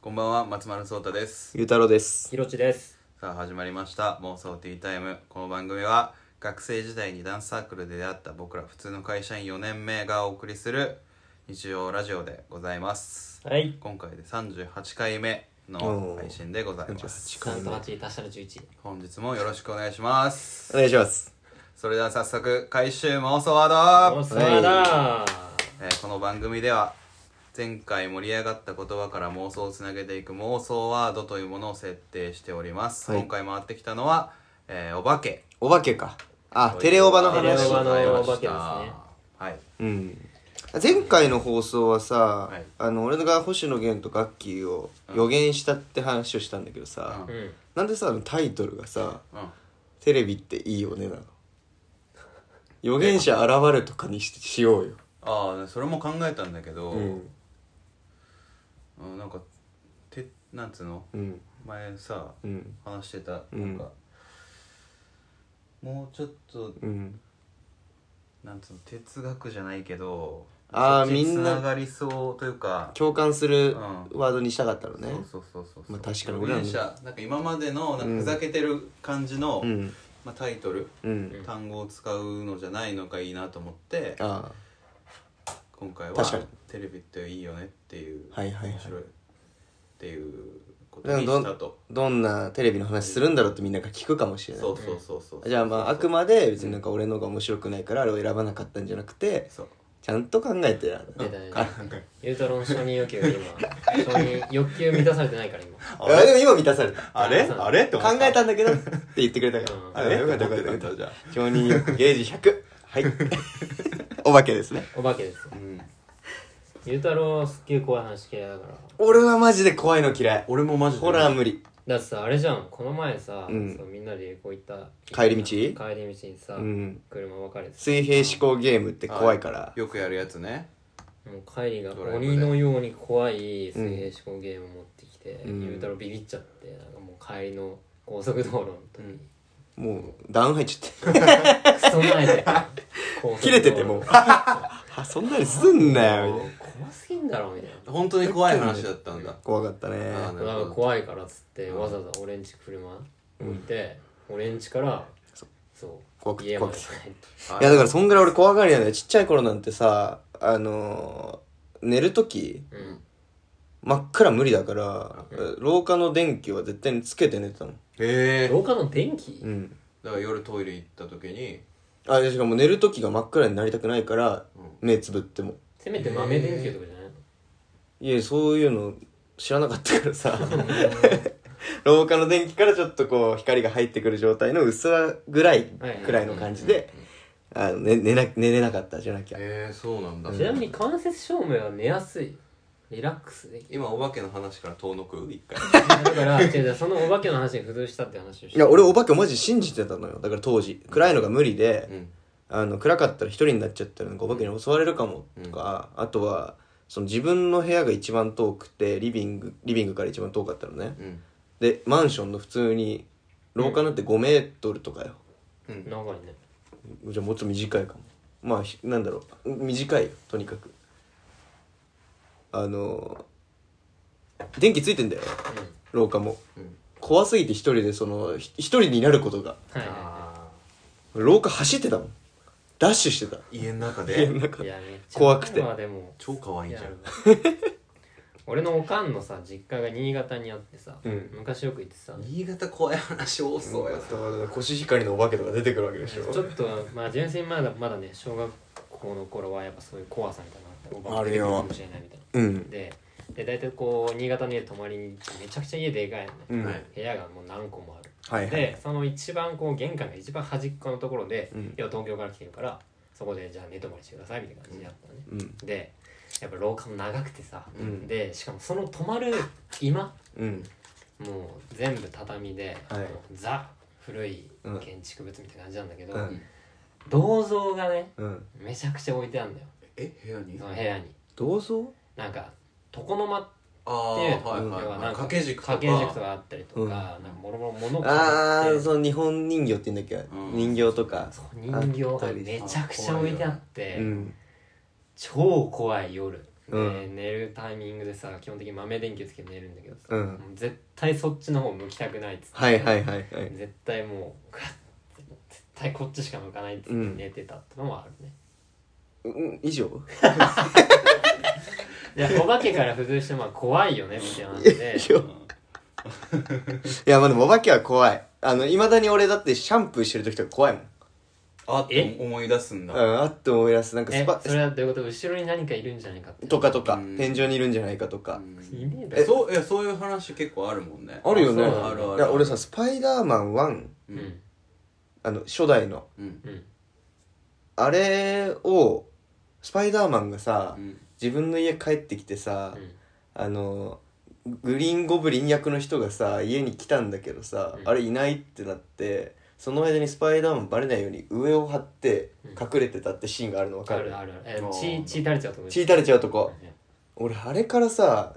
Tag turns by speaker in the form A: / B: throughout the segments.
A: こんばんは松丸聡太です
B: ゆうたろうです
C: ひろちです。
A: さあ始まりました妄想ティータイムこの番組は学生時代にダンスサークルで出会った僕ら普通の会社員4年目がお送りする日曜ラジオでございます
C: はい。
A: 今回で38回目の配信でございます
B: 38回
C: 三
B: 目
C: と八足したら十一。
A: 本日もよろしくお願いします
B: お願いします
A: それでは早速回収妄想ワード
C: おさだ。
A: えーこの番組では前回盛り上がった言葉から妄想をつなげていく妄想ワードというものを設定しております、
B: はい
A: 今回回ってきたのは、えーお化け
B: お化けかあテレオバの
C: テレ
B: 話
C: オバの
A: お
C: お化けですね
A: はい
B: うん前回の放送はさ、
A: はい
B: あの俺が星野源とガッキーを予言したって話をしたんだけどさ、
A: う
C: うん。
B: なんでさあのタイトルがさ
A: うん
B: 「テレビっていいよね」なの予言者現るとかにししようよ、
A: ああそれも考えたんだけど、
B: うん
A: うんなんかてなんつうの
B: うん
A: 前さ
B: うん
A: 話してた
B: う
A: なん
B: ん
A: か、もうちょっと
B: うん
A: なんつうの哲学じゃないけど
B: あー
A: そっちに
B: みんな
A: つながりそうというか
B: 共感す
A: う
B: る
A: ん
B: ワードにしたかったのね
A: そうそうそうそう
B: まあ確かに
A: 俺
B: 俺
A: ら
B: ら
A: の
B: も
A: なんか今までのなんかふざけてる感じの、
B: うん
A: まあ、タイトル、
B: うん
C: ん
A: 単語を使うのじゃないのがいいなと思って
B: あ
A: 今回は
B: 確かに
A: テレビっていいよねっていう、
B: はいはいはい
A: 面白いっていうことに
B: な
A: し
B: ん
A: た
B: か
A: と
B: あどんなテレビの話するんだろうってみんなが聞くかもしれない
A: そうそうそうそう、
B: じゃあまああくまで別になんか俺の方が面白くないからあれを選ばなかったんじゃなくて
A: そう
B: ちゃんと考えてやる
C: 出た
B: え
C: ね
B: あ。
C: ゆうたろうの承認欲求が今、承認欲求満たされてないから今。
A: あれ
B: でも今満たされた
A: あれあれって思
B: 考
A: った
B: えたんだけどって言ってくれたから、
C: うん
A: あれ
B: よかったよかった
A: 思
B: よ
A: て
B: か
A: た
B: っ
A: じゃあ
B: た承認欲ゲージ100はい お化けですね
C: お化けです。
A: うん
C: ゆうたろうすっげえ怖い話嫌いだから。
B: 俺はマジで怖いの嫌い
A: 俺もマジで
B: ホラー無理
C: だってさあれじゃんこの前さ、
B: うん
C: そうみんなで旅行行った
B: 帰り道
C: 帰り道にさ、
B: うん
C: 車別れてさ
B: 水平思考ゲームって怖いから、
A: よくやるやつね
C: もう帰りが
A: ドライブで
C: 鬼のように怖い水平思考ゲームを持ってきて、
B: うん
C: ゆうたろうビビっちゃってなんかもう帰りの高速道路の時に、
B: もうダウン入っちゃって
C: クソ前で
B: 切れてて もうあそんなにすんなよみたいな
C: 怖すぎんだろみたいな
A: 本当に怖い話だったんだ
B: 怖かったね
A: あーなるほど
C: だから怖いからっつってわざわざ俺ん家車置いて、俺ん家からそう
B: 怖くて
C: 家まで
B: 怖
C: 帰って
B: いやだからそんぐらい俺怖がりなんだよちっちゃい頃なんてさあのー寝る時
C: うん
B: 真っ暗無理だから、廊下の電気は絶対につけて寝てたもん
A: へえ
C: 廊下の電気、
B: うん
A: だから夜トイレ行った時に
B: あしかも寝る時が真っ暗になりたくないから、目つぶっても
C: せめて豆電球とかじゃないの、
B: いやそういうの知らなかったからさ 廊下の電気からちょっとこう光が入ってくる状態の薄らぐらい
C: はい
B: くらいの感じであの寝寝な寝れなかったじゃなきゃ
A: えー、そうなんだ
C: ちなみに関節照明は寝やすいリラッ クスできる
A: 今お化けの話から遠のく一 回
C: だから違う違うそのお化けの話に付随したって話をして
B: いや俺お化けマジ信じてたのよだから当時暗いのが無理で、
A: うん
B: あの暗かったら一人になっちゃったらなんかお化けに襲われるかもとか、あとはその自分の部屋が一番遠くてリビングリビングから一番遠かったのね
A: うん
B: でマンションの普通に廊下なんて5メートルとかよ、
C: 長いね
B: じゃあもうちょっと短いかもまあひなんだろう短いよとにかくあのー電気ついてんだよ廊下も、
A: ん
B: 怖すぎて一人でそのひ一人になることが
C: はいはいは
A: あ
B: 廊下走ってたもんダッシュしてた
A: ー家の中で
B: なんか
C: いいやめっちゃ
B: 怖くて
C: まあでも
A: 超可愛いじゃん
C: いや俺のおかんのさ実家が新潟にあってさ、
B: うん
C: 昔よく行ってさ
A: 新潟怖い話多そうや
B: コシヒカリのお化けとか出てくるわけでし
C: ちょっとまあ純粋にまだまだね小学校の頃はやっぱそういう怖さみたいなのあって
B: あるよ
C: お化け出てくかもしれないみたいな
B: うん
C: でで大体こう新潟の家泊まりに行ってめちゃくちゃ家でかいのね、
B: うん
A: はい
C: 部屋がもう何個もある
B: はいはい
C: でその一番こう玄関が一番端っこのところで、
B: うん
C: 要は東京から来てるからそこでじゃあ寝泊まりしてくださいみたいな感じでやったのね、
B: うん
C: でやっぱ廊下も長くてさ、
B: うん
C: でしかもその泊まる居間
B: うん
C: もう全部畳で、
B: はい
C: もうザ古い
B: うん
C: 建築物みたいな感じなんだけど、
B: うん
C: 銅像がね
B: うん
C: めちゃくちゃ置いてあるんだよ
A: え部屋に
C: その部屋に
B: 銅像
C: なんか床の間っ
A: あ
C: て
A: あ
C: いうの
A: はいはい
C: 要
A: はい
C: はなんか
A: 掛け軸とか
C: 掛け軸とかあったりとか、
B: うん
C: なんかもろもろ物が
B: あ
C: あっ
B: あ
C: て
B: その日本人形って言うんだっけ、
A: うん
B: 人形とか
C: そう人形がめちゃくちゃ置いてあって
B: うん
C: 超怖い夜
B: うん
C: 寝るタイミングでさ基本的に豆電球つけて寝るんだけどさ、
B: うん
C: も絶対そっちの方向きたくないっつって、
B: はいはいはいはい
C: 絶対もうグワッて絶対こっちしか向かないっつって
B: うん
C: 寝てたってのもあるね、
B: うん以上
C: いやお化けから付随してまあ怖いよねみたいなんで
B: いやまあでもお化けは怖いあのいまだに俺だってシャンプーしてる時とか怖いもん
A: あって思い出すん
B: う
A: だ、
B: んあっと思い出すなんかス
C: え
B: パ
C: それはどういうこと後ろに何かいるんじゃないかって
B: とかとか
A: うん
B: 天井にいるんじゃないかとか
C: いねえだ
A: え
C: ろ
A: そういやそういう話結構あるもんね
B: あるよね
C: あそうなんだ
A: あるある
B: いや俺さスパイダーマン1
A: う
C: うんん
B: あの初代の
A: うん
C: うん
B: あれをスパイダーマンがさ
A: うん
B: 自分の家帰ってきてさ
C: うん
B: あのグリーンゴブリン役の人がさ家に来たんだけどさ、
C: うん
B: あれいないってなってその間にスパイダーマンバレないように上を張って
C: うん
B: 隠れてたってシーンがあるの分か
C: あ
B: る
C: るあるあるえ
A: あー
C: 血血垂れちゃうと思う
B: 血垂れちゃうとこ俺あれからさ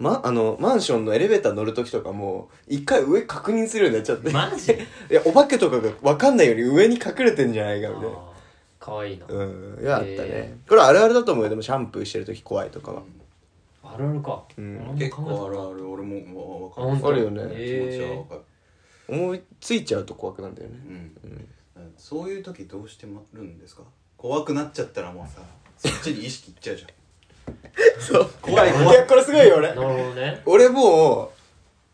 B: ま、あのマンションのエレベーター乗る時とかも一回上確認するようになっちゃって、
C: マ ジ
B: いやお化けとかが分かんないより上に隠れてんじゃないかみたいな
C: あーかわいいな、
B: うんいやあったね、
C: へ
B: これあるあるだと思うよでもシャンプーしてる時怖いとかは、
C: あるあるか、
B: うん
C: 俺
A: 結
C: も考えたこ
A: 構あ
C: と
A: る
C: な
A: ある俺もわ
C: あ本
A: わ
C: 当
A: か
B: あるよね
A: 気持ちはわかる
B: 思いついちゃうと怖くなんだよね
A: うんそういう時どうしてまるんですか怖くなっちゃったらもうさそっちに意識いっちゃうじゃん
B: そう
A: 怖い怖
B: いやこれすごいよ俺
C: なるほどね
B: 俺もう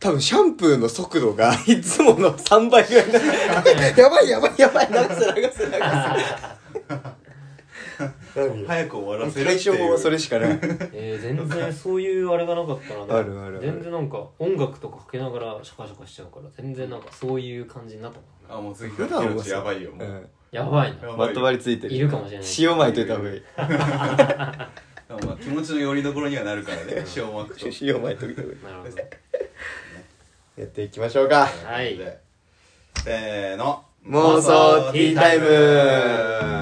B: 多分シャンプーの速度がいつもの3倍ぐらいになるやばいやばいやばい流せ流せ流せ何
A: 早く終わらせるってい
B: 対処
A: う
B: 法はそれしかない
C: えー、全然そういうあれがなかったらね
B: あるあるある
C: 全然なんか音楽とかかけながらシャカシャカしちゃうから全然なんかそういう感じになったもん
A: あもう次
B: 普段は
A: やばいよも
B: う
A: うん
C: やばいな
A: やば
B: ま
A: いよ
B: とわりついて
C: い
B: る
C: るかもしれない
B: 塩まいといた方がいい
A: まあ気持ちのよりどころにはなるからね塩まくと
B: 塩まいといた方がい
C: なるほど
B: いやっていきましょうか
C: はい
A: でせーの
B: 妄想ティータイム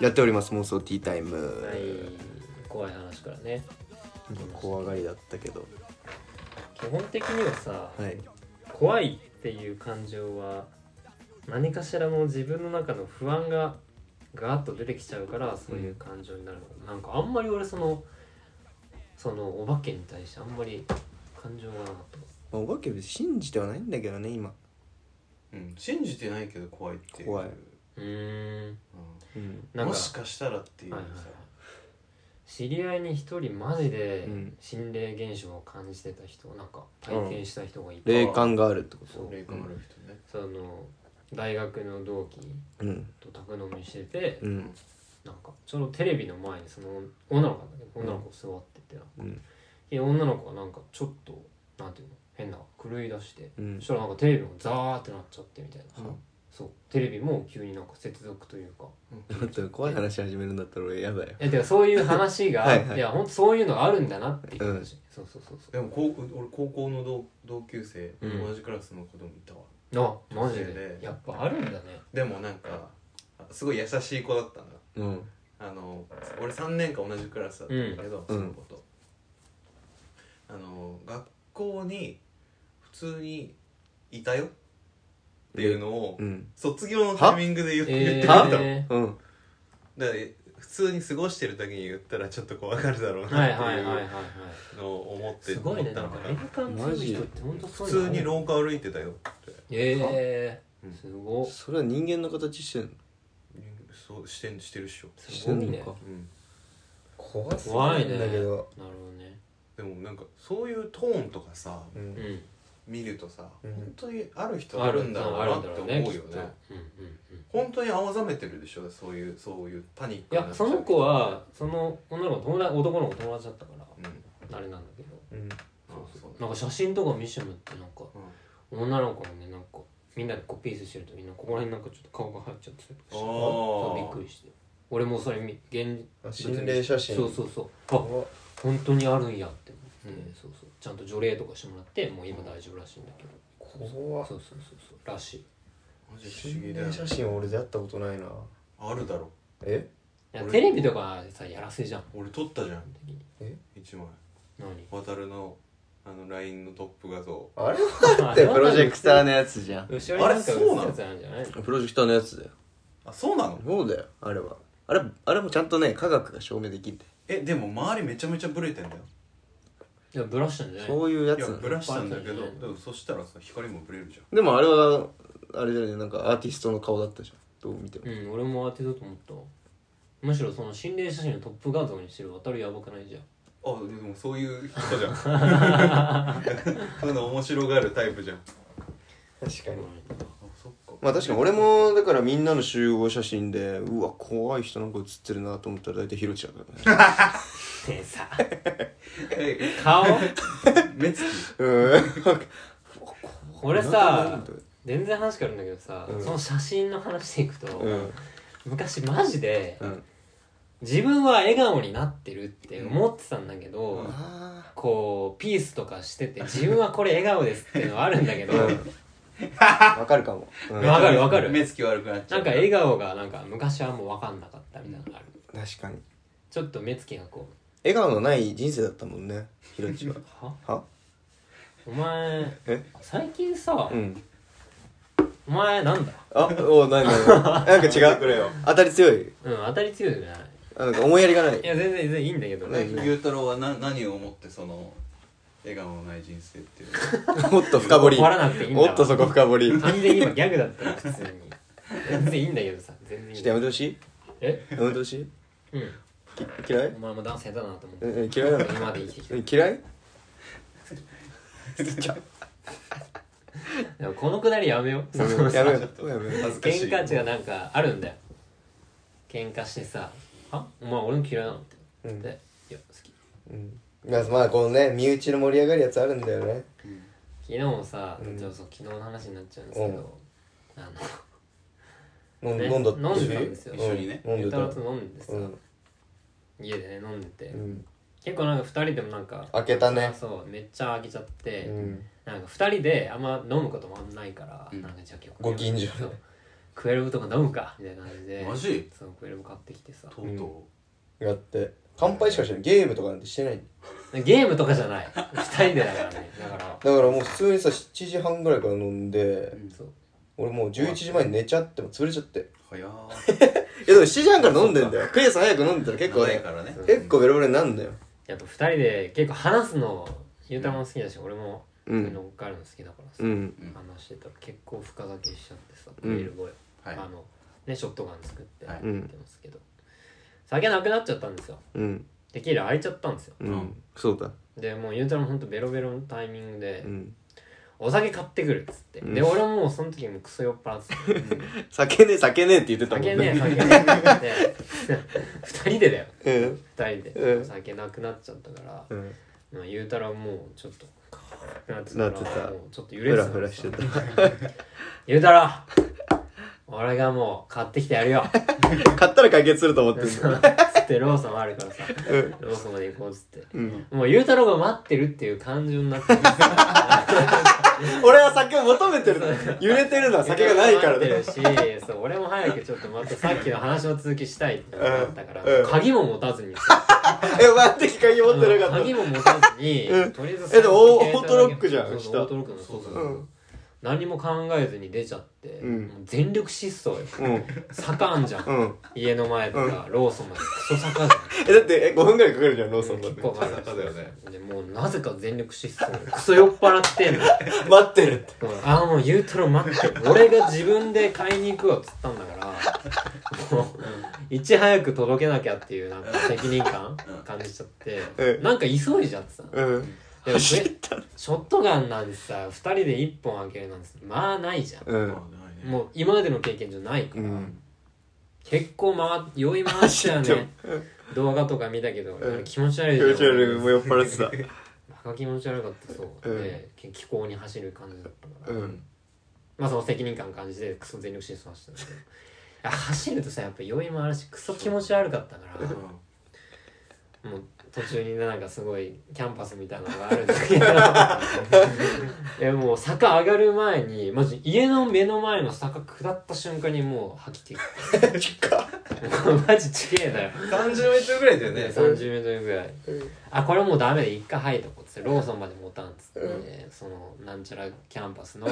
B: やっております妄想ティータイム、
C: はい怖い話からね
B: 怖がりだったけど
C: 基本的にはさ
B: はい
C: 怖いっていう感情は何かしらの自分の中の不安がガーッと出てきちゃうからそういう感情になるのかななんかあんまり俺そのそのお化けに対してあんまり感情がなかった
B: まあ、お化け別に信じてはないんだけどね今、
A: うん信じてないけど怖いっていう
B: 怖い
C: うーん
A: う
B: うん、
A: ん
C: なん
A: も
C: か
A: しかしたらっていうさ
C: はいはいはい知り合いに一人マジで
B: うん
C: 心霊現象を感じてた人なんか体験した人がいて、
B: 霊感があるってこ
C: そう
B: と
A: 霊感ある人ね
C: その大学の同期
B: うん
C: と宅飲みしてて、
B: うん
C: なんかちょうどテレビの前にその女の子なんだけど女の子座っててなんか、
B: うん
C: で女の子がなんかちょっとなんていうの変な狂い出して、
B: うん
C: そしたらなんかテレビもザーってなっちゃってみたいな、
A: うん
C: そうテレビも急になんか接続というか
B: ちょっと怖い話始めるんだったら俺やだよ
C: えてかそういう話 が
B: はい
C: い
B: はい
C: やほんとそういうのがあるんだなっていう話、
B: うん
C: そうそうそうそう
A: でも高校俺高校の同同級生、
C: うん
A: 同じクラスの子供いたわ
C: あマジ
A: そうだよ
C: で
A: ね
C: やっぱあるんだね
A: でもなんかあすごい優しい子だったんだ
B: うん
A: あの俺3年間同じクラスだったんだけど、
B: うん
A: その子と、あの学校に普通にいたよっていうのを、
B: うん
A: 卒業のタイミングで言って言ってくれた
B: は
A: の、
C: え
B: うん
A: だから普通に過ごしてる時に言ったらちょっと怖がるだろう
C: ー、はい
A: なって
C: はいはいはいはいいう
A: のを思って
C: すごい
A: 思
C: ね
A: った
C: なん
A: の
C: か
A: か
C: 霊
A: な
C: 感強い人ってほんとそ
A: 普
C: う
A: 通
C: いうの
A: に廊下歩いてたよって
C: ええ
A: うん
C: ー、すご
B: それは人間の形してんの
A: そうしてんしてるっしょ、
C: すごいね
B: してんのか
A: うん、
B: 怖
C: すぎるんだ
B: だけ
C: け
B: ど
C: どなるほどね
A: でもなんかそういうトーンとかさ、
B: う
C: うんん
A: 見るとさ、
B: うん
A: 本当にある人はあるんだろうなって思うよね
C: あるんだろうねきっとうんうんうん
A: 本当に青ざめてるでしょそういうそういうパニック
C: い
A: になっちゃう
C: やその子はその女の子友達男の子友達だったか
A: うんあ
C: らあれなんだけど
B: うん
A: そう
C: なんか写真とか見せてもらってなんか
A: うん
C: 女の子のねなんかみんなでこうピースしてるとみんなここら辺なんかちょっと顔が入っちゃってたりとかして
A: あー
C: そうびっくりして俺もそれ見現
B: あ心霊写真
C: そうそうそうあ
B: 怖っ
C: 本当にあるんやって思って、
A: うん
C: そうそうちゃんと除霊とかしてもらってもう今大丈夫らしいんだけど
B: 怖っ
C: そうそうそうそうらしい
A: マジ不思
B: 心
A: 議だ
B: 霊
A: よ
B: 写真は俺出会ったことないな
A: あるだろ
B: え
C: や
A: 俺
C: テレビとかさやらせじゃん
A: 俺撮ったじゃん
D: え
A: 一枚
C: 何
A: 渡るのあの LINE のトップ画像
D: あれ
B: だっ てプロジェクターのやつじゃん
C: 後ろになんか
A: あれ
C: 映す
A: そうなの
C: やつなんじゃない
B: プロジェクターのやつだよ
A: あそうなの
B: そうだよあれはあれあれもちゃんとね科学が証明できるんだよ
A: えでも周りめちゃめちゃブレてんだよ
C: いやブラしたんじゃない
B: そういうや
A: いや
B: つな
A: ブ
B: の
A: ラしたんだけど
C: いっぱいあるんだ
A: でもそしたらさ光もブレるじゃん
B: でもあれはあれだよねなんかアーティストの顔だったじゃんどう見ても
C: うん俺も当てだと思ったむしろその心霊写真のトップ画像にしてる渡るやばくないじゃん
A: あでもそういう人じゃん そういうの面白がるタイプじゃんあ
D: 確かに
A: そっか
B: まあ確かに俺もだからみんなの集合写真でうわ怖い人なんか写ってるなと思ったら大体ヒロちゃんだよね
C: でさ
A: え
C: 顔
A: 目つき
B: うん
C: 俺さ全然話変わるんだけどさ、
B: うん
C: その写真の話でいくと、
B: うん
C: 昔マジで
B: うん
C: 自分は笑顔になってるって思ってたんだけど、
A: うん
B: あ
C: こうピースとかしてて自分はこれ笑顔ですっていうのはあるんだけど、
B: うん ーわかるかも、うん、
C: わかるわかる
A: 目つき悪くなっちゃ
C: な
A: うん
C: か笑顔がなんか昔はもう分かんなかったみたいなのがある
B: 確かに
C: ちょっと目つきがこ
B: 笑顔のない人生だったもんねヒロちは
C: うは
B: は
C: お前
B: え
C: 最近さ、
B: うん
C: お前なんだ
B: あおないないないなんか違うこれよ当たり強い
C: うん当たり強いじゃない
B: あなんか思いやりがない
C: いや全然全然いいんだけど
B: ね
C: ね
A: ゆうたろうはな何を思ってその笑顔のない人生っていう
B: もっと深掘り
C: 終わらなくていいんだ
B: もっとそこ深掘りちょ
C: 完全に今ギャグだったよ普通に全然いいんだけどさ全然いい
B: っ
C: ん
B: とや
C: だ
B: めてほしい
C: え
B: やめてほしい
C: うん
B: き嫌い
C: お前もダンス下手だなと思って
B: ええ嫌いなの
C: 今まで生きてきた
B: え嫌い
C: でもこのくだりやめよう
B: やめようやめようやめよう
A: 恥ずかしい
C: 喧嘩値がなんかあるんだよ喧嘩してさ「あお前俺の嫌いなの?」って言って、いや好き
B: うんまあまあこのね身内の盛り上がるやつあるんだよね
C: 昨日もさ、
B: うん
C: ちょっとそう昨日の話になっちゃうんですけど、あの
B: 飲ん
C: ね
B: 飲んだって
C: 飲んでたんですよ
A: 一緒にね
B: うん飲
C: ゆ
B: ん
C: う
B: で
C: たろう
B: た
C: と飲んでさ、
B: うん
C: 家でね飲んでて、
B: うん
C: 結構なんか2人でもなんか
B: 開けたね
C: そうめっちゃ開けちゃって、
B: うん
C: なんか2人であんま飲むこともあんまないから、
A: うん
C: なんかじゃあ今日
B: ご近所
C: そうクエルブとか飲むかみたいな感じで
A: マジ
C: そうクエルブ買ってきてさ
A: とうと
B: やって乾杯しかしてないゲームとかなんてしてない
C: ゲームとかじゃない2人でだからねだから
B: だからもう普通にさ7時半ぐらいから飲んで
C: そう
B: 俺もう11時前に寝ちゃっても潰れちゃって
A: う早ー
B: えでも7時半から飲んでんだよクエさん早く飲んでたら結構
A: 長い
B: ね
A: からね
B: 結構ベロベロになるんだよ
C: あと2人で結構話すのゆうたろうも好きだし、俺も
B: う
C: 乗
B: ん
C: っかるの好きだからさ、
B: うん
A: うん
C: 話してたら結構深酒しちゃってさ
B: う
C: ビ
B: ん
C: ールボーイ、
A: はい
C: あのねショットガン作って
A: はい
C: やってますけど、酒なくなっちゃったんですよ
B: うん
C: テキーラ空いちゃったんですよ
B: うんそうだ
C: でもうゆうたろうもほんとベロベロのタイミングで、
B: うん
C: お酒買ってくるっつって、
B: うん
C: で俺ももうその時もうクソ酔っ 払ってて
B: 酒ねえ酒ねえって言ってたもん
C: 酒ねえ酒ね え2人でだよ
B: うん
C: 2人で、
B: うん
C: 酒なくなっちゃったから、
B: うん
C: まあ、言うたらもうちょっとカーって
B: な
C: なっ
B: ってて
C: たから
B: た
C: もうちょっと揺れ
B: フ
C: て
B: ラ
C: た
B: フラしてた
C: 言うたら俺がもう買ってきてやるよ
B: 買ったら解決すると思ってんだ
C: つってローソンあるからさ
B: うん
C: ローソンまで行こうっつって
B: うん
C: もうゆうたろうが待ってるっていう感情になってる
B: 俺は酒を求めてるの揺れてるのは 酒がないから
C: 待
B: だ
C: ってるしそう俺も早くちょっとまたさっきの話の続きしたいってなったから、
B: うんうん
C: 鍵も持たずにさ
B: え、お前の時鍵持ってなかった。
C: 鍵も持たずに、
B: うん
C: とりあえず
B: えでもオー
C: 携帯だけ
B: オートロックじゃん
C: そうそう
B: 下
C: オートロックのそうそうそう、
B: うん
C: 何も考えずに出ちゃって、
B: うん
C: もう全力疾走よ
B: うん。
C: 坂あんじゃん、
B: うん。
C: 家の前とか、ローソンまでクソ坂じゃん
B: え、だって、え、5分ぐらいかかるじゃん、ローソンだっ
C: 結
B: て。
C: 構かかる
A: 坂だよね
C: でもうなぜか全力疾走 クソ酔っ払ってんの
B: 待ってるって。
C: ああもう言うたら待って俺が自分で買いに行くよっつったんだからもういち早く届けなきゃっていうなんか責任感
A: うん
C: 感じちゃって、
B: うん
C: なんか急いじゃってさ、
B: うん。
C: でも
B: 走っ
C: え
B: た。
C: ショットガンなんてさ2人で1本開けるなんてまあないじゃん
B: う。
A: うんまあないね
C: もう今までの経験じゃないから、
B: うん
C: 結構回酔い回したよ
B: 走って
C: ね動画とか見たけど、
B: ん
C: なんか気持ち悪い
B: 気
C: じゃん
B: 持ち悪い、もう酔っ払って
C: バカ気持ち悪かったそう、
B: うん
C: で気気候に走る感じだったから、
B: た。うん。
C: まあその責任感感じてクソ全力疾走走ったんだけどあ走るとさやっぱ酔いもあるしクソ気持ち悪かったから
A: う
C: もう途中にねなんかすごいキャンパスみたいなのがあるんだけどえもう坂上がる前にマジ家の目の前の坂下った瞬間にもう吐き気もうマジちげえだよ
A: 30メートルぐらいだよね
C: 3 0ルぐらい
D: うん
C: あこれもうダメで一回入っとこうっつってローソンまで持たんっつって、そのなんちゃらキャンパスの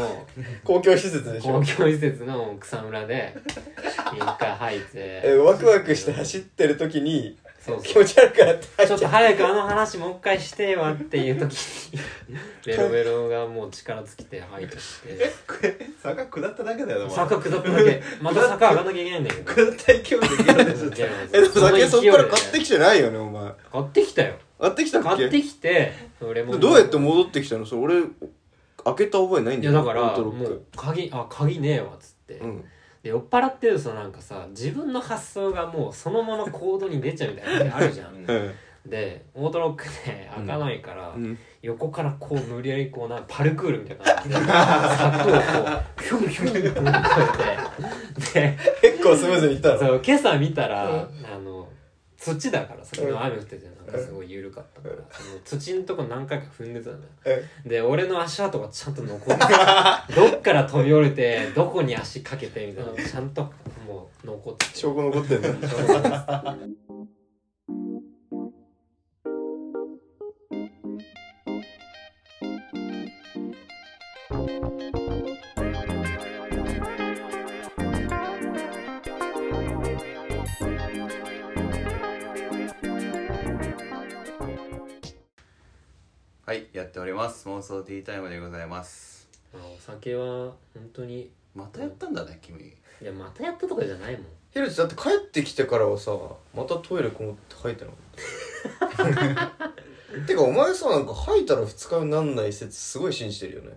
B: 公共施設でし
C: 公
B: ょ
C: 共施設の草むらで一回入っ
B: え
C: て
B: ワクワクして走ってる時に
C: そう
B: 気
C: そう
B: 持ち悪くなって
C: ち
B: 入
C: ょ
B: っ
C: っ
B: ち
C: と
B: ゃう
C: 早くあの話もう一回してわっていう時に ベロベロがもう力尽きて吐いて して
A: これ坂下っただけだよなまだ
C: 坂下っただけまた坂上がんなきゃいけないんだけど
A: 下った勢いでいけるでしょ
B: えでも酒そっから買って
C: き
B: きてないよねお前
C: 買ってきたよ
B: 買ってきたっ
C: 買っ
B: け
C: てきて俺も
B: どうやって戻ってきたのそれ俺開けた覚えないん
C: い
B: だ
C: や
B: よ
C: だから
B: オートロ
C: も
B: ッ
C: う
B: ク
C: 鍵あ鍵ねえわっつって、
B: うん
C: で酔っ払ってるとさなんかさ自分の発想がもうそのまま行動に出ちゃうみたいなのあるじゃん
B: うん
C: でオートロックで開かないから、
B: うん
C: 横からこう無理やりこうなパルクールみたいな感じで柵をこうヒュンヒュンヒュンって越えてで
B: 結構スムーズにいったの
C: そう今朝見たら、
D: うん
C: あの土だからさ昨日雨降っててなんかすごい緩かったから、その土のとこ何回か踏んでたのよ、で俺の足跡がちゃんと残っててどっから飛び降り てどこに足かけてみたいなのちゃんともう残ってて
B: 証拠残ってんの
A: はいやっております妄想ティータイムでございます
C: まあお酒は本当に
A: またやったんだね君
C: いやまたやったとかじゃないもん
B: ヘルツだって帰ってきてからはさまたトイレこもって吐いたの てかお前さなんか吐いたら二日目になんない説すごい信じてるよね
C: い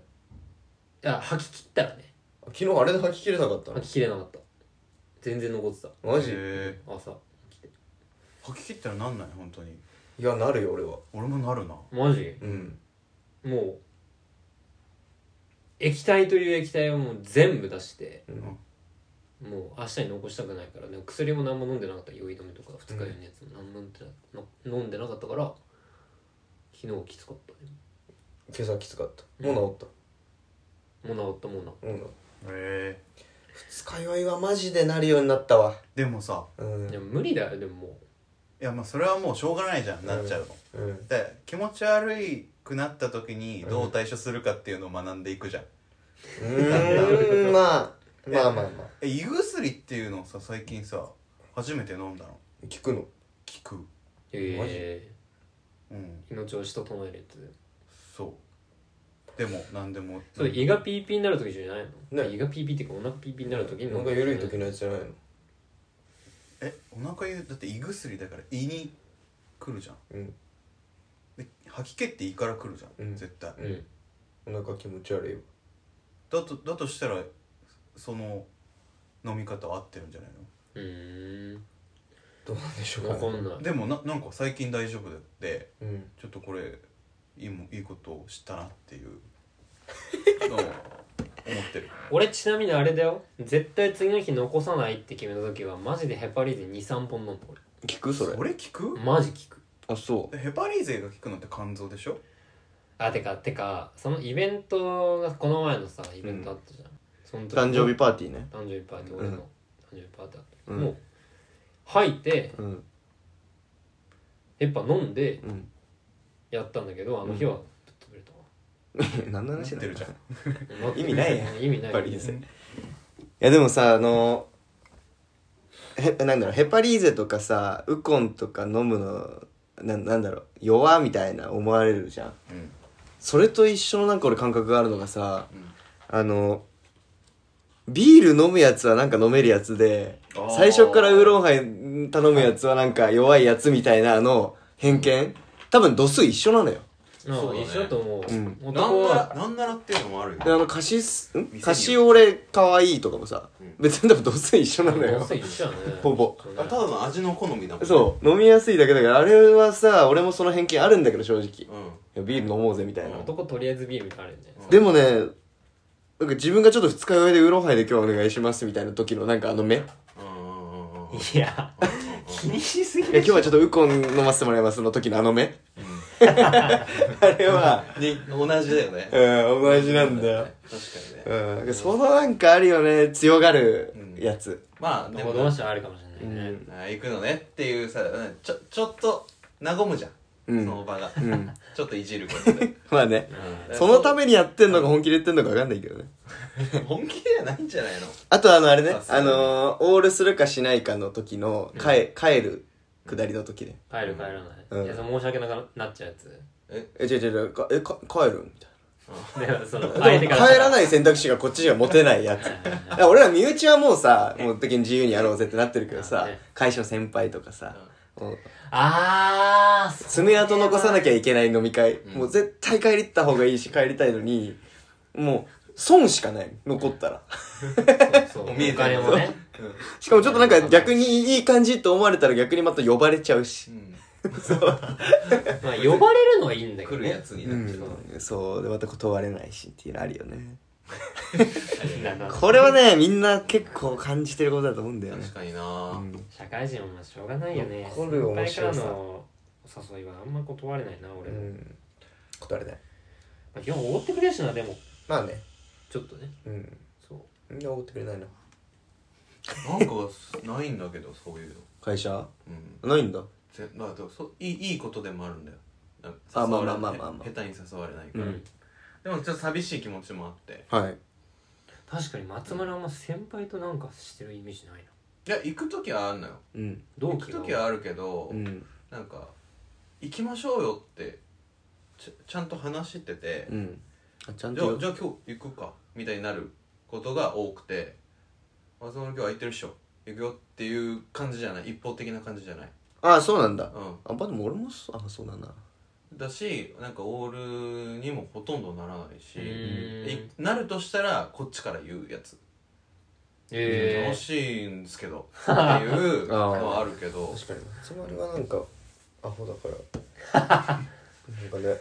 C: や吐き切ったらね
B: 昨日あれで吐ききれなかった
C: 吐き切れなかった全然残ってた
B: のマジ
A: へ
C: 朝起きて
A: ー吐き切ったらなんない本当に
B: いやなるよ俺は
A: 俺もなるな
C: マジ
B: うん
C: もう液体という液体をもう全部出して
B: うん
C: もう明日に残したくないからでも薬も何も飲んでなかった酔い止めとか二日酔いのやつも何も飲んでなの飲んでなかったから昨日きつかったね
B: 今朝きつかったもう治っ、
C: もう治ったもう治った
B: う
A: へ
B: ん、
A: え
B: 二日酔いはマジでなるようになったわ
A: でもさ
B: う
C: たで
B: ん
C: も無理だよでもも
A: いやまあそれはもうしょうがないじゃんなっちゃうの、
B: うん
A: で気持ち悪いくなった時にどう対処するかっていうのを学んでいくじゃん、
B: うーんまあまあまあまあ
A: え胃薬っていうのをさ最近さ初めて飲んだの
B: 聞くの
A: 効く
C: うえ
A: うん
C: ー、命をしと唱えるやつ
A: そうでも何でも
C: それ胃がピーピーになる時じゃないの、
B: ね
C: 胃がピーピーっていうかお腹ピーピーになる時に
B: なんか緩い時のやつじゃないの
A: えお腹ゆだって胃薬だから胃に来るじゃん
B: うん
A: で吐き気って胃から来るじゃん、
B: うん
A: 絶対だ
C: うん
B: お腹気持ち悪いわ
A: とだとしたらその飲み方合ってるんじゃないう
C: ーん
B: どうなんでしょうか
C: わか
B: ね
C: んない
A: のでもななんか最近大丈夫で
B: うん
A: ちょっとこれいいもいいことを知ったなっていう のを思ってる
C: 俺ちなみにあれだよ絶対次の日残さないって決めた時はマジでヘパリーゼ23本飲んだ
B: 聞くそれ
A: それ効く
C: 俺マジ効く
B: あそ
A: でヘパリーゼが効くのって肝臓でしょ
C: あてかてかそのイベントがこの前のさイベントあったじゃん、その
B: う
C: 時
B: 誕生日パーティーね
C: 誕生日パーティー俺の誕生日パーティーあった、
B: うん
C: もう吐いて
B: うん
C: やっぱ飲んで
B: うん
C: やったんだけどあの日はぶっ飛べれたわ、
B: 何の
A: なっ
B: 話
A: て
B: だ
A: るじゃん
C: うん
B: 意味ないやん
C: 意味ない
B: ヘパリーゼ
C: う
B: いやでもさあのへなんだろうヘパリーゼとかさウコンとか飲むのななんだろう弱みたいな思われるじゃん
A: うん
B: それと一緒のなんか俺感覚があるのがさ
A: うん
B: あのビール飲むやつはなんか飲めるやつで
A: あー
B: 最初からウーロンハイ頼むやつはなんか弱いやつみたいなあの偏見多分度数一緒なのよ
C: ん
A: そうだね
C: 一緒だと思う、
B: うん
A: なん
C: 男
A: な
C: は
A: らなんならっていうのもあるよ
B: であのカシスん
A: 店による
B: カシオレかわいいとかもさ、
A: うん
B: 別に多分度数一緒なのよ
C: 男性一緒だね
B: ほぼ
C: そうね
A: あただの味の好みだもんね
B: そう飲みやすいだけだからあれはさ俺もその偏見あるんだけど正直い
A: うん
B: やビール飲もうぜみたいな、
A: うん
C: 男とりあえずビールみたいなのあるよね
B: でもねなんか自分がちょっと二日酔いでウーロンハイで今日お願いしますみたいな時のなんかあの目
A: うんうんうんうんうんうん
C: いや
A: う
D: 気にしすぎ
B: いや今
D: で
B: 日
D: しょ
B: はちょっとウコン飲ませてもらいますの時のあの目あれは
A: ん うんに同じだよね
B: うん同じなんだよ
A: 確かにね
B: うんそのなんかあるよね強がるやつ
A: まあで
C: で
A: も
C: もどうしたらあるかもしれないね、
B: うん
A: あ行くのねっていうさちょちょっと和むじゃん、
B: うん
A: その場が、
B: うん
A: ちょっといじることで
B: まあね
A: うん
B: そのためにやってんのか本気で言ってんのか分かんないけどね
A: 本気ではないんじゃないの
B: あとあのあれね
A: さすが
B: あ
A: に
B: のーオールするかしないかの時の帰帰る下りの時で
C: 帰る帰らない、
B: うん
C: いやその申し訳なくなっちゃうやつ
A: え
B: え違う違う違うかえか帰るみたいな
C: でもその
B: でも帰らないい選択肢がこっちには持てないやつだから俺ら身内はもうさもう時に自由にやろうぜってなってるけどさ
C: ね
B: 会社の先輩とかさもう
C: ああ
B: 爪痕残さなき
C: ゃ
B: ゃいけない飲み会もう絶対帰りった方がいいし帰りたいのにもう損しかない残ったら
C: そう
A: も
C: お
A: う見えてる
C: 金もね
B: しかもちょっとなんか逆にいい感じと思われたら逆にまた呼ばれちゃうし
A: うん
C: まあ呼ばれるのはいいんだけ
A: 来
C: ど
A: るや
C: ね
A: つに
B: う
A: なっちゃう、
B: んそうでまた断れないしっていうのあるよね
C: なんだ
B: これはねみんな結構感じてることだと思うんだよね
A: 確かにな、
B: うん
C: 社会人はまあしょうがないよね
B: 残る面白さ
C: 先輩からのお誘いはあんま断れないな
B: う
C: 俺も、
B: ん断れない
C: まあ、基本おごってくれるしなでも
B: まあね
C: ちょっとね
B: うん
C: そう
B: みんな怒ってくれないの
A: なんかないんだけど そういうの
B: 会社
A: うん
B: ないんだ
A: ぜまあでもそいいいいことでもあるんだよなんか
B: あまあ
A: 誘われ
B: まあまあまあまあ
A: へ下手に誘われないか
C: う
A: ら、
C: ん
A: でもちょっと寂しい気持ちもあって
B: はい
C: 確かに松村はあんま先輩となんかしてるイメージないない
A: や行く時はあんのよ
B: うん
C: 同
A: 行
C: 期
A: く
C: が
A: 時はあるけど、
B: うん
A: なんか行きましょうよってちゃちゃんと話してて、
B: うんあちゃん
A: じゃあ
B: と
A: じゃあ今日行くかみたいになることが多くて「松本今日空いてるっしょ行くよ」っていう感じじゃない一方的な感じじゃない、
B: あそうなんだ
A: う、
B: あまあでも俺もそうあそうだなん
A: だしなんかオールにもほとんどならないうし、
C: ーん
A: いなるとしたらこっちから言うやつ、
C: え
A: 楽しいんですけ どっていうのはあるけど
B: 確かにつまりはなんかアホだから なんかね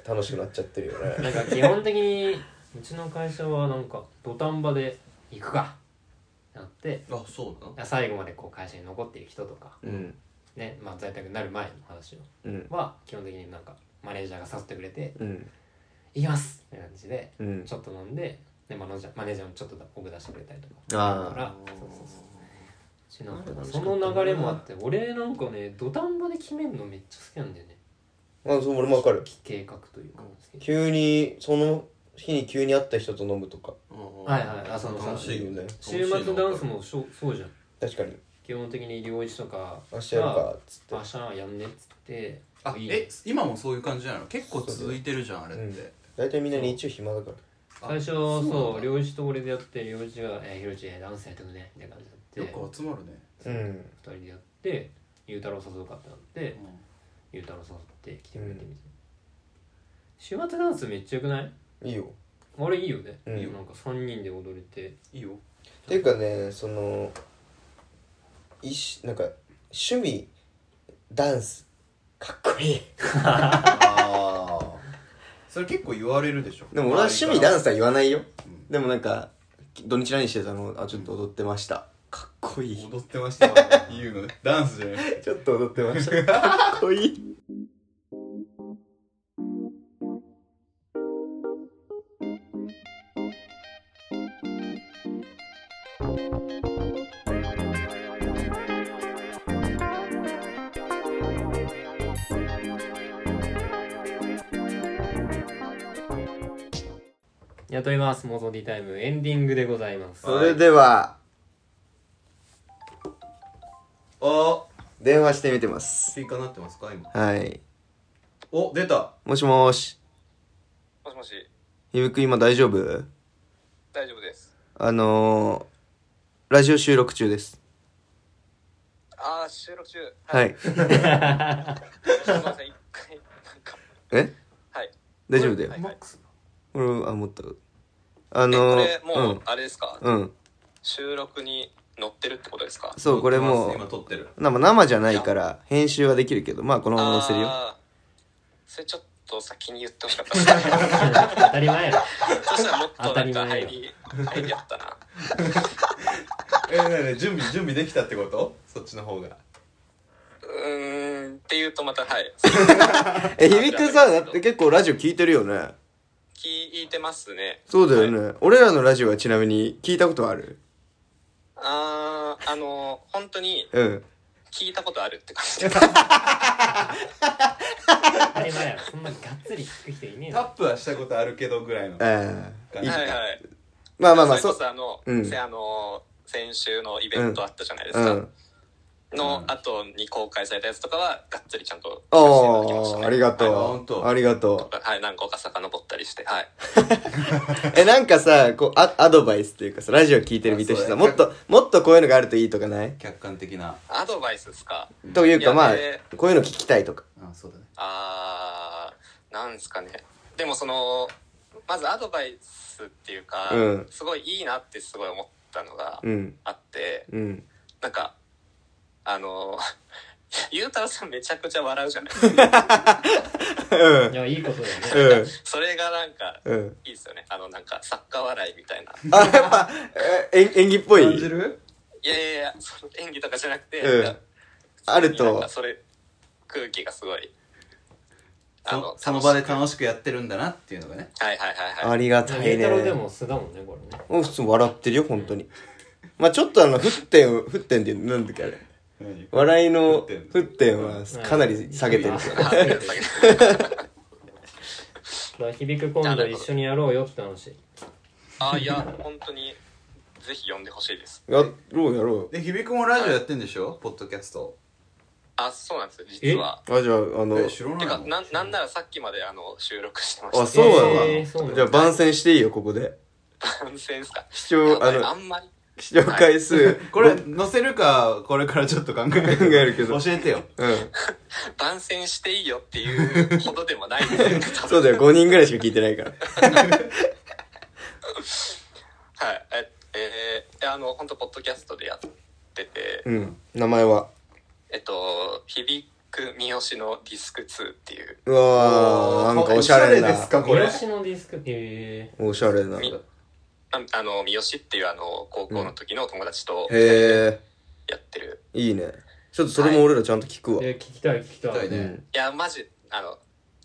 B: 楽しくなっちゃってるよ
C: え
B: ね
C: なんか基本的にうちの会社はなんか土壇場で行くかってなって
A: あそうなの
C: 最後までこう会社に残っている人とか
B: うん
C: ねまあ在宅になる前の話を
B: うん
C: は基本的になんかマネージャーが誘ってくれて
B: うん
C: 「行きます!」って感じで
B: うん
C: ちょっと飲んででマネージャーマネージャーもちょっと僕出してくれたりとかだか
B: あ
C: らそうそうそうしなんかその流れもあって俺なんかね土壇場で決めるのめっちゃ好きなんだよね
B: ああそう俺もわかる
C: 計画というか好き
B: 急にその日に急に会った人と飲むとか
A: うん
C: はいはいあその
A: 楽しいよね
C: 週末ダンスもしょそうじゃん
B: 確かに
C: 基本的に両一とか
B: 明日やるかっつって
C: が明日やんねっつって
A: あ
C: いいね
A: え今もそういう感じなの結構続いてるじゃんあれって、
B: うん大体みんな日中暇だから
A: あ
C: 最初
A: うなんだ
C: そう両一と俺でやって両一が「えー、ひろちえーダンスやってくね」みたいな感じ
A: よ
C: になって
A: く集まるね、
B: うん
C: 二人でやってゆうたろう誘うかってなってゆうたろう誘って来てくれてみて、週末ダンスめっちゃよくない
B: いいよ
C: あれいいよね、
B: うん
C: なんか3人で踊れて
A: いいよ
B: っていうかねそのいしなんか趣味ダンスかっこいい
A: ああ それ結構言われるでしょ
B: でも俺は趣味ダン
A: ス
B: スとは言わないよ、
A: うん
B: でもなんか土日何してたのあちょっと踊ってましたかっこいい
A: 踊ってましたわ言うのねダンスじゃない
B: ちょっと踊ってましたかっ こいい
C: やといます妄想 D タイムエンディングでございます
B: それでは
A: あ
B: 電話してみてます
A: スピーカーなってますか今
B: はい
A: お出た
B: もしもーし
D: もしもし
B: ひぶくん今大丈夫
D: 大丈夫です
B: あのー、ラジオ収録中です
D: ああ収録中
B: はい
D: すいません一回なんか
B: え
D: はい
B: 大丈夫だよ、
D: はい
A: マ
D: は
A: ッ
D: い
A: クス
B: 俺あ持ったあ
D: え
B: の
D: こ
B: ー
D: れもうあれですか
B: うんうん
D: 収録に載ってるってことですか
B: そうこれも
A: 今撮ってる
B: う生生じゃないから編集はできるけどまあこのまま載せるよ
D: あーそれちょっと先に言ってほしかったですね
C: 当たり前やろ
D: そしたらもっとな
C: 当
D: んか
C: たり
D: 入り入りやったな
A: えねえねえ準備準備できたってことそっちの方が
D: ーんって言うとまたはい
B: え響くさだって結構ラジオ聞いてるよね
D: 聞いてますね
B: そうだよね、俺らのラジオはちなみに聞いたことある
D: あーあの本当に
B: うん
D: 聞いたことあるって感じで
C: 当たり前やろそんながっつり聞く人いねえ
A: タ
C: よ
A: ップはしたことあるけどぐらいの
B: ええ
A: はい
B: いい
D: はいはい
B: まあまあまあ
D: そ
B: そ
D: れ
B: う
D: こそあの、
B: うん
D: せあの先週のイベントあったじゃないです
B: う
D: か、
B: ん
D: の後に公開されたやつとかはがっつりちゃんと聞かせていただきました
B: お
D: ね
B: ーありが
A: あ
B: と
A: 本
B: う
A: 当
B: ありがと
D: はいはい何個か遡ったりしてはいう
B: えなんかさこうアアドバイスっていうかさラジオ聞いてる身として
A: あそ
B: さ
A: う
B: もっともっとこういうのがあるといいとかない
A: 客観的な
D: アドバイスですか
B: というか
D: いや
B: まあ
D: で
B: こういうの聞きたいとか
A: あそうだね
D: あーなんですかねでもそのまずアドバイスっていうか、
B: うん
D: すごいいいなってすごい思ったのが
B: うん
D: あって、
B: うん
D: なんかあの ゆうたろうさんめちゃくちゃ笑うじ ゃないですか
B: う
C: い
B: ん
C: やいいことだよね
B: うん
D: それがなんか
B: うん
D: いいですよねあのなんか作家笑いみたいな
B: あやっぱえ演演技っぽい
A: 感じる
D: いやいやいやその演技とかじゃなくて、
B: うん
D: なんか
B: あると
D: なんかそれ空気がすごいあ
A: そその場
D: 楽し
A: で楽しくやってるんだなっていうのがね
D: はいはいはいは
B: あ
D: い
B: りがた
C: 太
B: いね
C: 郎でも素だもんねこれね
B: うん普通に笑ってるよ本当にまあちょっとあの「沸点」「沸点」っていうなんだっけあれ笑いの沸点はかなり下げてるから
D: あ下げてる
C: だから響く今度一緒にやろうよって話
D: あいや本当にぜひ読んでほしいです
B: やろうやろ
A: で響くもラジオやってんでしょポッドキャスト
D: あそうなんですよ実は
B: うあじゃああの
A: え知らな
D: て
A: い
D: か
A: の
D: なんなんならさっきまであの収録してました
B: あそうなんだ、
C: えーそうなんだ
B: じゃあ番宣していいよここで
D: 完成ですか
B: 視聴あ
D: ああ
B: の
D: んまり
B: 視聴回数、
A: これ載せるかこれからちょっと考える
B: 考えるけど
A: 教えてよ
B: うん
D: 番宣していいよっていうほどでもないんですよね多分
B: そうだよ5人ぐらいしか聞いてないから
D: はいええーいやあの本当ポッドキャストでやってて、
B: うん名前は
D: えっと響く三好のディスク2っていう
B: うわーなんかおしゃれな
A: ですかこ
C: 三
A: れ
C: 好のディスクへ
B: おしゃれな
D: みああの三好っていうあの高校の時の友達と
B: へ
D: やってる、
B: えいいねちょっとそれも俺らちゃんと聞くわ、
C: えー聞きたい聞きた
A: 聞き
C: い
A: たいね
B: う
D: いやマジあの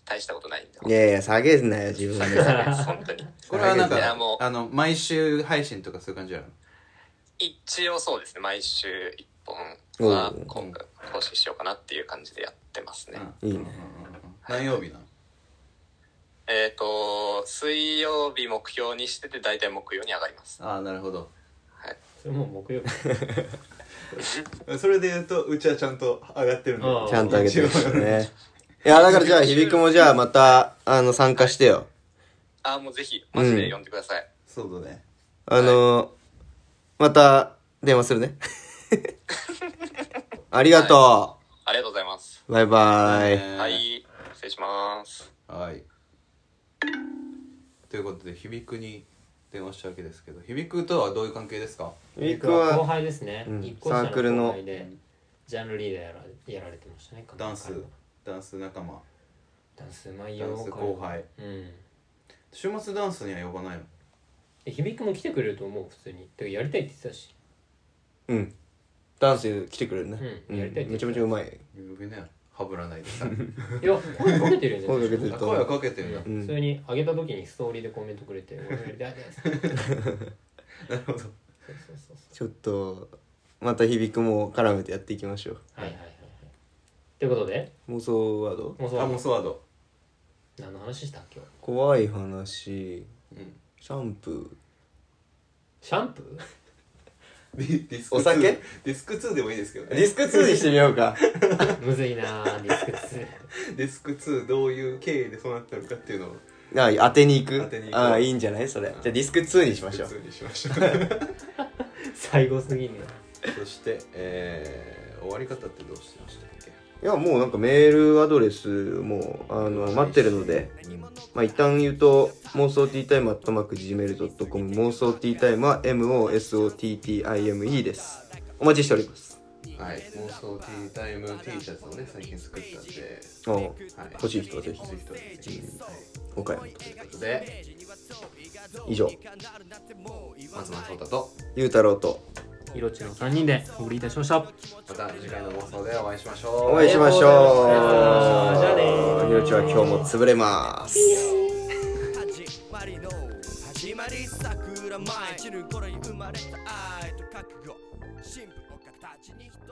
D: 大したことないんで
B: ん、いやいや下げんなよ自分
D: 本当に
B: で
D: 本当に
A: これはなん
D: いやも
A: か
D: う
A: あの毎週配信とかそういう感じなの
D: 一応そうですね毎週1本は
B: おう
D: 今回更新しようかなっていう感じでやってますね、
B: いいね
A: うんうんうん何曜日なの
D: えっ、と水曜日目標にしてて大体木曜に上がります
A: ああなるほど
C: それもう木曜日
A: それで言うとうちはちゃんと上がってるんだ
C: あー
B: ちゃんとあげてるしね。いや、だからじゃあ、響くもじゃあ、また、あの、参加してよ。
D: ああもうぜひマジで読んでください、
A: そうだね
B: あの、また、電話するね。 ありがと
D: ありがとうございます
B: う。バイバーイ。
D: はい失礼します
A: はい。ということで、響くに電話したわけですけど、響くとはどういう関係ですか
B: 響く
C: 後
B: は、
C: 輩ですね、
B: うん
C: 一個下
B: サークルの
C: 後輩でジャンルリーダーやらやられてましたね
A: ダンス
C: 彼は、
A: ダンス仲間、
C: ダンスうまい
A: ダ
C: よ
A: ンス後輩。
C: 彼はうん
A: 週末ダンスには呼ばないの
C: え響くも来てくれると思う普通にてかやりたいって言って たし
B: うん。ダンス来てくれるね。
C: うんやりたい
B: めちゃめちゃうまい。
A: 呼びなよ。はぶらない でさ。
C: いや声かけてるよ
B: 声か
C: ね
B: けてる
A: あ
B: と
A: 声
B: 思
A: は
B: う。
A: かけてるんだ。
C: うん普通に上げた時にストーリーでコメントくれて「俺もやりたいです」そう
A: なるほど。
C: そうそうそ
B: ちょっと、また響くも絡めてやっていきましょう。
C: うはいはいはいはいということで
B: 妄想ワード
C: もうそ
A: あ、モ
C: う
A: スワード。
C: 何の話したっけ
B: 怖い話、
A: うん
B: シャンプ
C: シャンプー
A: ディディスク2
B: お酒
A: ディスク2でもいいですけど
B: ー。ディ
A: ね。
B: スク2にしてみようか。
C: むずいなぁディスク2
A: ディスク2どういう経緯でそうなったのかっていうのを
B: あ当てに行く
A: 当てに行く
B: ああいいんじゃないそれ、じゃあディスク2にしましょう
A: 2にしましょう。
C: 最後すぎんな
A: そして、えー終わり方ってどうしてましたっけ
B: いやもうなんかメールアドレスもあの待ってるので、まあ、一旦言うと妄想ティータイムアットマーク Gmail.com 妄想ティータイムは MOSOTTIME ですお待ちしております
A: はい、妄想ティータイム T シャツをね、最近作ったんで、
B: おう
A: はい、
B: 欲しい人はぜひ
A: 欲しい人はぜひ。はい
B: お買い
A: ということで、
B: 以上
A: 松村聡太と、
B: ゆうたろうと
C: ゆひろちの3人でお送りいたしました。
A: また次回の放送でお会いしましょう
B: お会いしましょう。
C: ありがとうございましたじゃあねー
B: ひろちは今日も潰れます。
E: 始まりの始まり桜舞い散る頃に生まれた愛と覚悟進歩を形にして